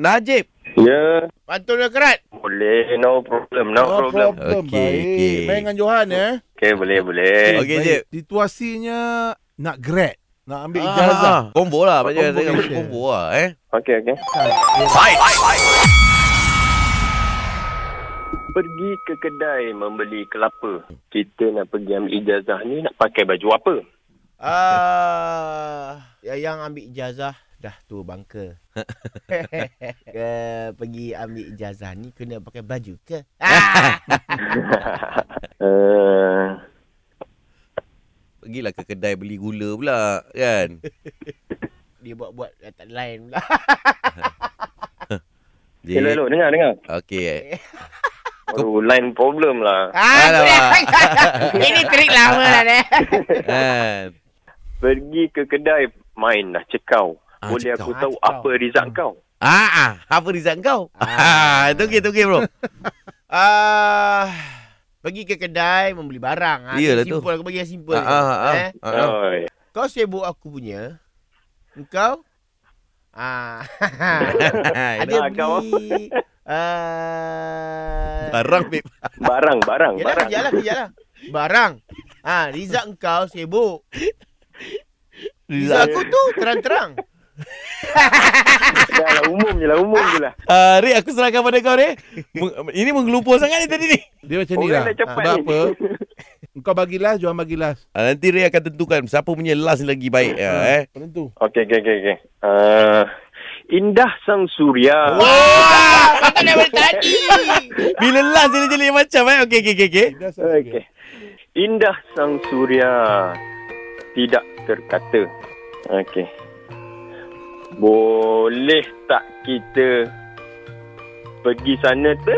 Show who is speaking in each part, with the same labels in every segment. Speaker 1: Najib.
Speaker 2: Ya.
Speaker 1: Pantun dia kerat.
Speaker 2: Boleh. No problem. No
Speaker 3: Oh,
Speaker 2: problem.
Speaker 3: problem.
Speaker 4: Okey,
Speaker 3: Baik.
Speaker 4: okey. Oh.
Speaker 3: Main dengan Johan eh.
Speaker 2: Okay, boleh, boleh.
Speaker 1: Eh,
Speaker 4: Okey. Jeb.
Speaker 3: Situasinya nak grad. Nak ambil
Speaker 1: Ah.
Speaker 3: ijazah.
Speaker 4: Combo lah Pak Jeb.
Speaker 3: Combo
Speaker 4: Tengok
Speaker 3: je.
Speaker 4: Combo lah eh.
Speaker 2: Okey, okey.
Speaker 4: Fight.
Speaker 2: Pergi ke kedai membeli kelapa. Kita nak pergi ambil ijazah ni nak pakai baju apa?
Speaker 1: Ah, ya- yang ambil ijazah dah tu bangka. ke, pergi ambil ijazah ni kena pakai baju ke? Ah!
Speaker 2: uh,
Speaker 4: Pergilah ke kedai beli gula pula kan.
Speaker 1: Dia buat-buat kata lain pula.
Speaker 4: Jeb.
Speaker 2: hello, hello. Dengar, dengar.
Speaker 4: Okey. eh.
Speaker 2: Oh, line problem lah.
Speaker 1: Ah, tu dia.
Speaker 4: Alamak.
Speaker 1: Ini trik lama lah deh.
Speaker 4: Kan.
Speaker 2: Pergi ke kedai main lah cekau.
Speaker 4: Ah,
Speaker 2: boleh
Speaker 4: cekau.
Speaker 2: aku tahu
Speaker 1: Ah, cekau.
Speaker 2: apa result kau?
Speaker 4: Ah, ah, apa result kau? Ah, tunggu tunggu bro.
Speaker 1: Ah, pergi ke kedai membeli barang. Ah,
Speaker 4: Iyalah tu.
Speaker 1: simple. Aku bagi yang simple.
Speaker 4: Ah, ah, ah,
Speaker 1: Eh?
Speaker 4: ah, ah.
Speaker 2: Oi.
Speaker 1: Kau sibuk aku punya. Engkau? Ah. ada
Speaker 2: Dah, kau.
Speaker 1: beli ah
Speaker 4: Barang babe.
Speaker 2: Barang, barang,
Speaker 1: Yalah
Speaker 2: barang.
Speaker 1: kerja lah kerja lah. Barang. Ah, Rizal engkau sibuk. Rizal aku tu terang-terang.
Speaker 2: Dah lah, umum je lah, umum je lah.
Speaker 4: Uh, Rik, aku serahkan pada kau, Rik. Meng- ini menggelupur sangat ni tadi ni.
Speaker 3: Dia macam ni
Speaker 2: Orang
Speaker 3: lah.
Speaker 2: dah cepat
Speaker 3: Sebab
Speaker 2: ni.
Speaker 3: apa? Engkau bagi last, Johan bagi last.
Speaker 4: Uh, nanti Rik akan tentukan siapa punya last lagi baik. Ya, eh.
Speaker 3: Penentu.
Speaker 2: Okey, okey, okey. okey. Uh, Indah Sang Surya.
Speaker 4: Wah!
Speaker 1: Kata daripada tadi.
Speaker 4: Bila last dia jelik macam eh. Okey, okey, okey. okey.
Speaker 3: Indah Sang Surya.
Speaker 2: Okey. Indah Sang Surya tidak terkata. Okey. Boleh tak kita pergi sana tu?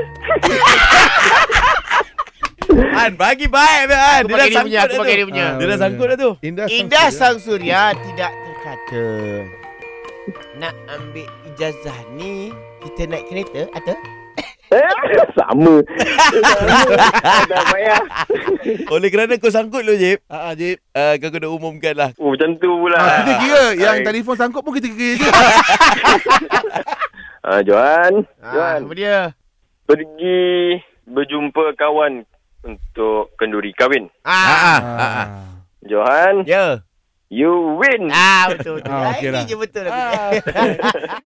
Speaker 4: Han, bagi baik, babe, Han.
Speaker 1: Aku
Speaker 4: Dia
Speaker 1: pakai
Speaker 4: dah
Speaker 1: dia
Speaker 4: sangkut
Speaker 1: punya, aku
Speaker 4: dah
Speaker 1: pakai
Speaker 4: tu.
Speaker 1: dia punya.
Speaker 3: Ah.
Speaker 4: Dia dah sangkut dah tu.
Speaker 3: Indah,
Speaker 1: Indah
Speaker 3: Surya.
Speaker 1: sang surya tidak terkata. Nak ambil ijazah ni, kita naik kereta atau?
Speaker 2: Eh, Sama. Dah payah.
Speaker 4: Oleh kerana kau sangkut dulu, Jib.
Speaker 3: Ah, ah, Jeb.
Speaker 4: Uh, kau kena umumkan lah.
Speaker 2: Oh, macam tu pula.
Speaker 3: Ah, kita kira yang
Speaker 2: Hai.
Speaker 3: telefon sangkut pun kita kira je.
Speaker 2: Ah, Johan.
Speaker 1: Ah,
Speaker 2: Johan.
Speaker 1: apa dia?
Speaker 2: Pergi berjumpa kawan untuk kenduri kahwin.
Speaker 1: Ah,
Speaker 4: ah, ah.
Speaker 2: Johan,
Speaker 4: Ya.
Speaker 2: you win.
Speaker 1: ah betul betul.
Speaker 3: Ah,
Speaker 1: Ah,
Speaker 3: okey
Speaker 1: ini
Speaker 3: lah.
Speaker 1: je betul aku.
Speaker 3: Ah.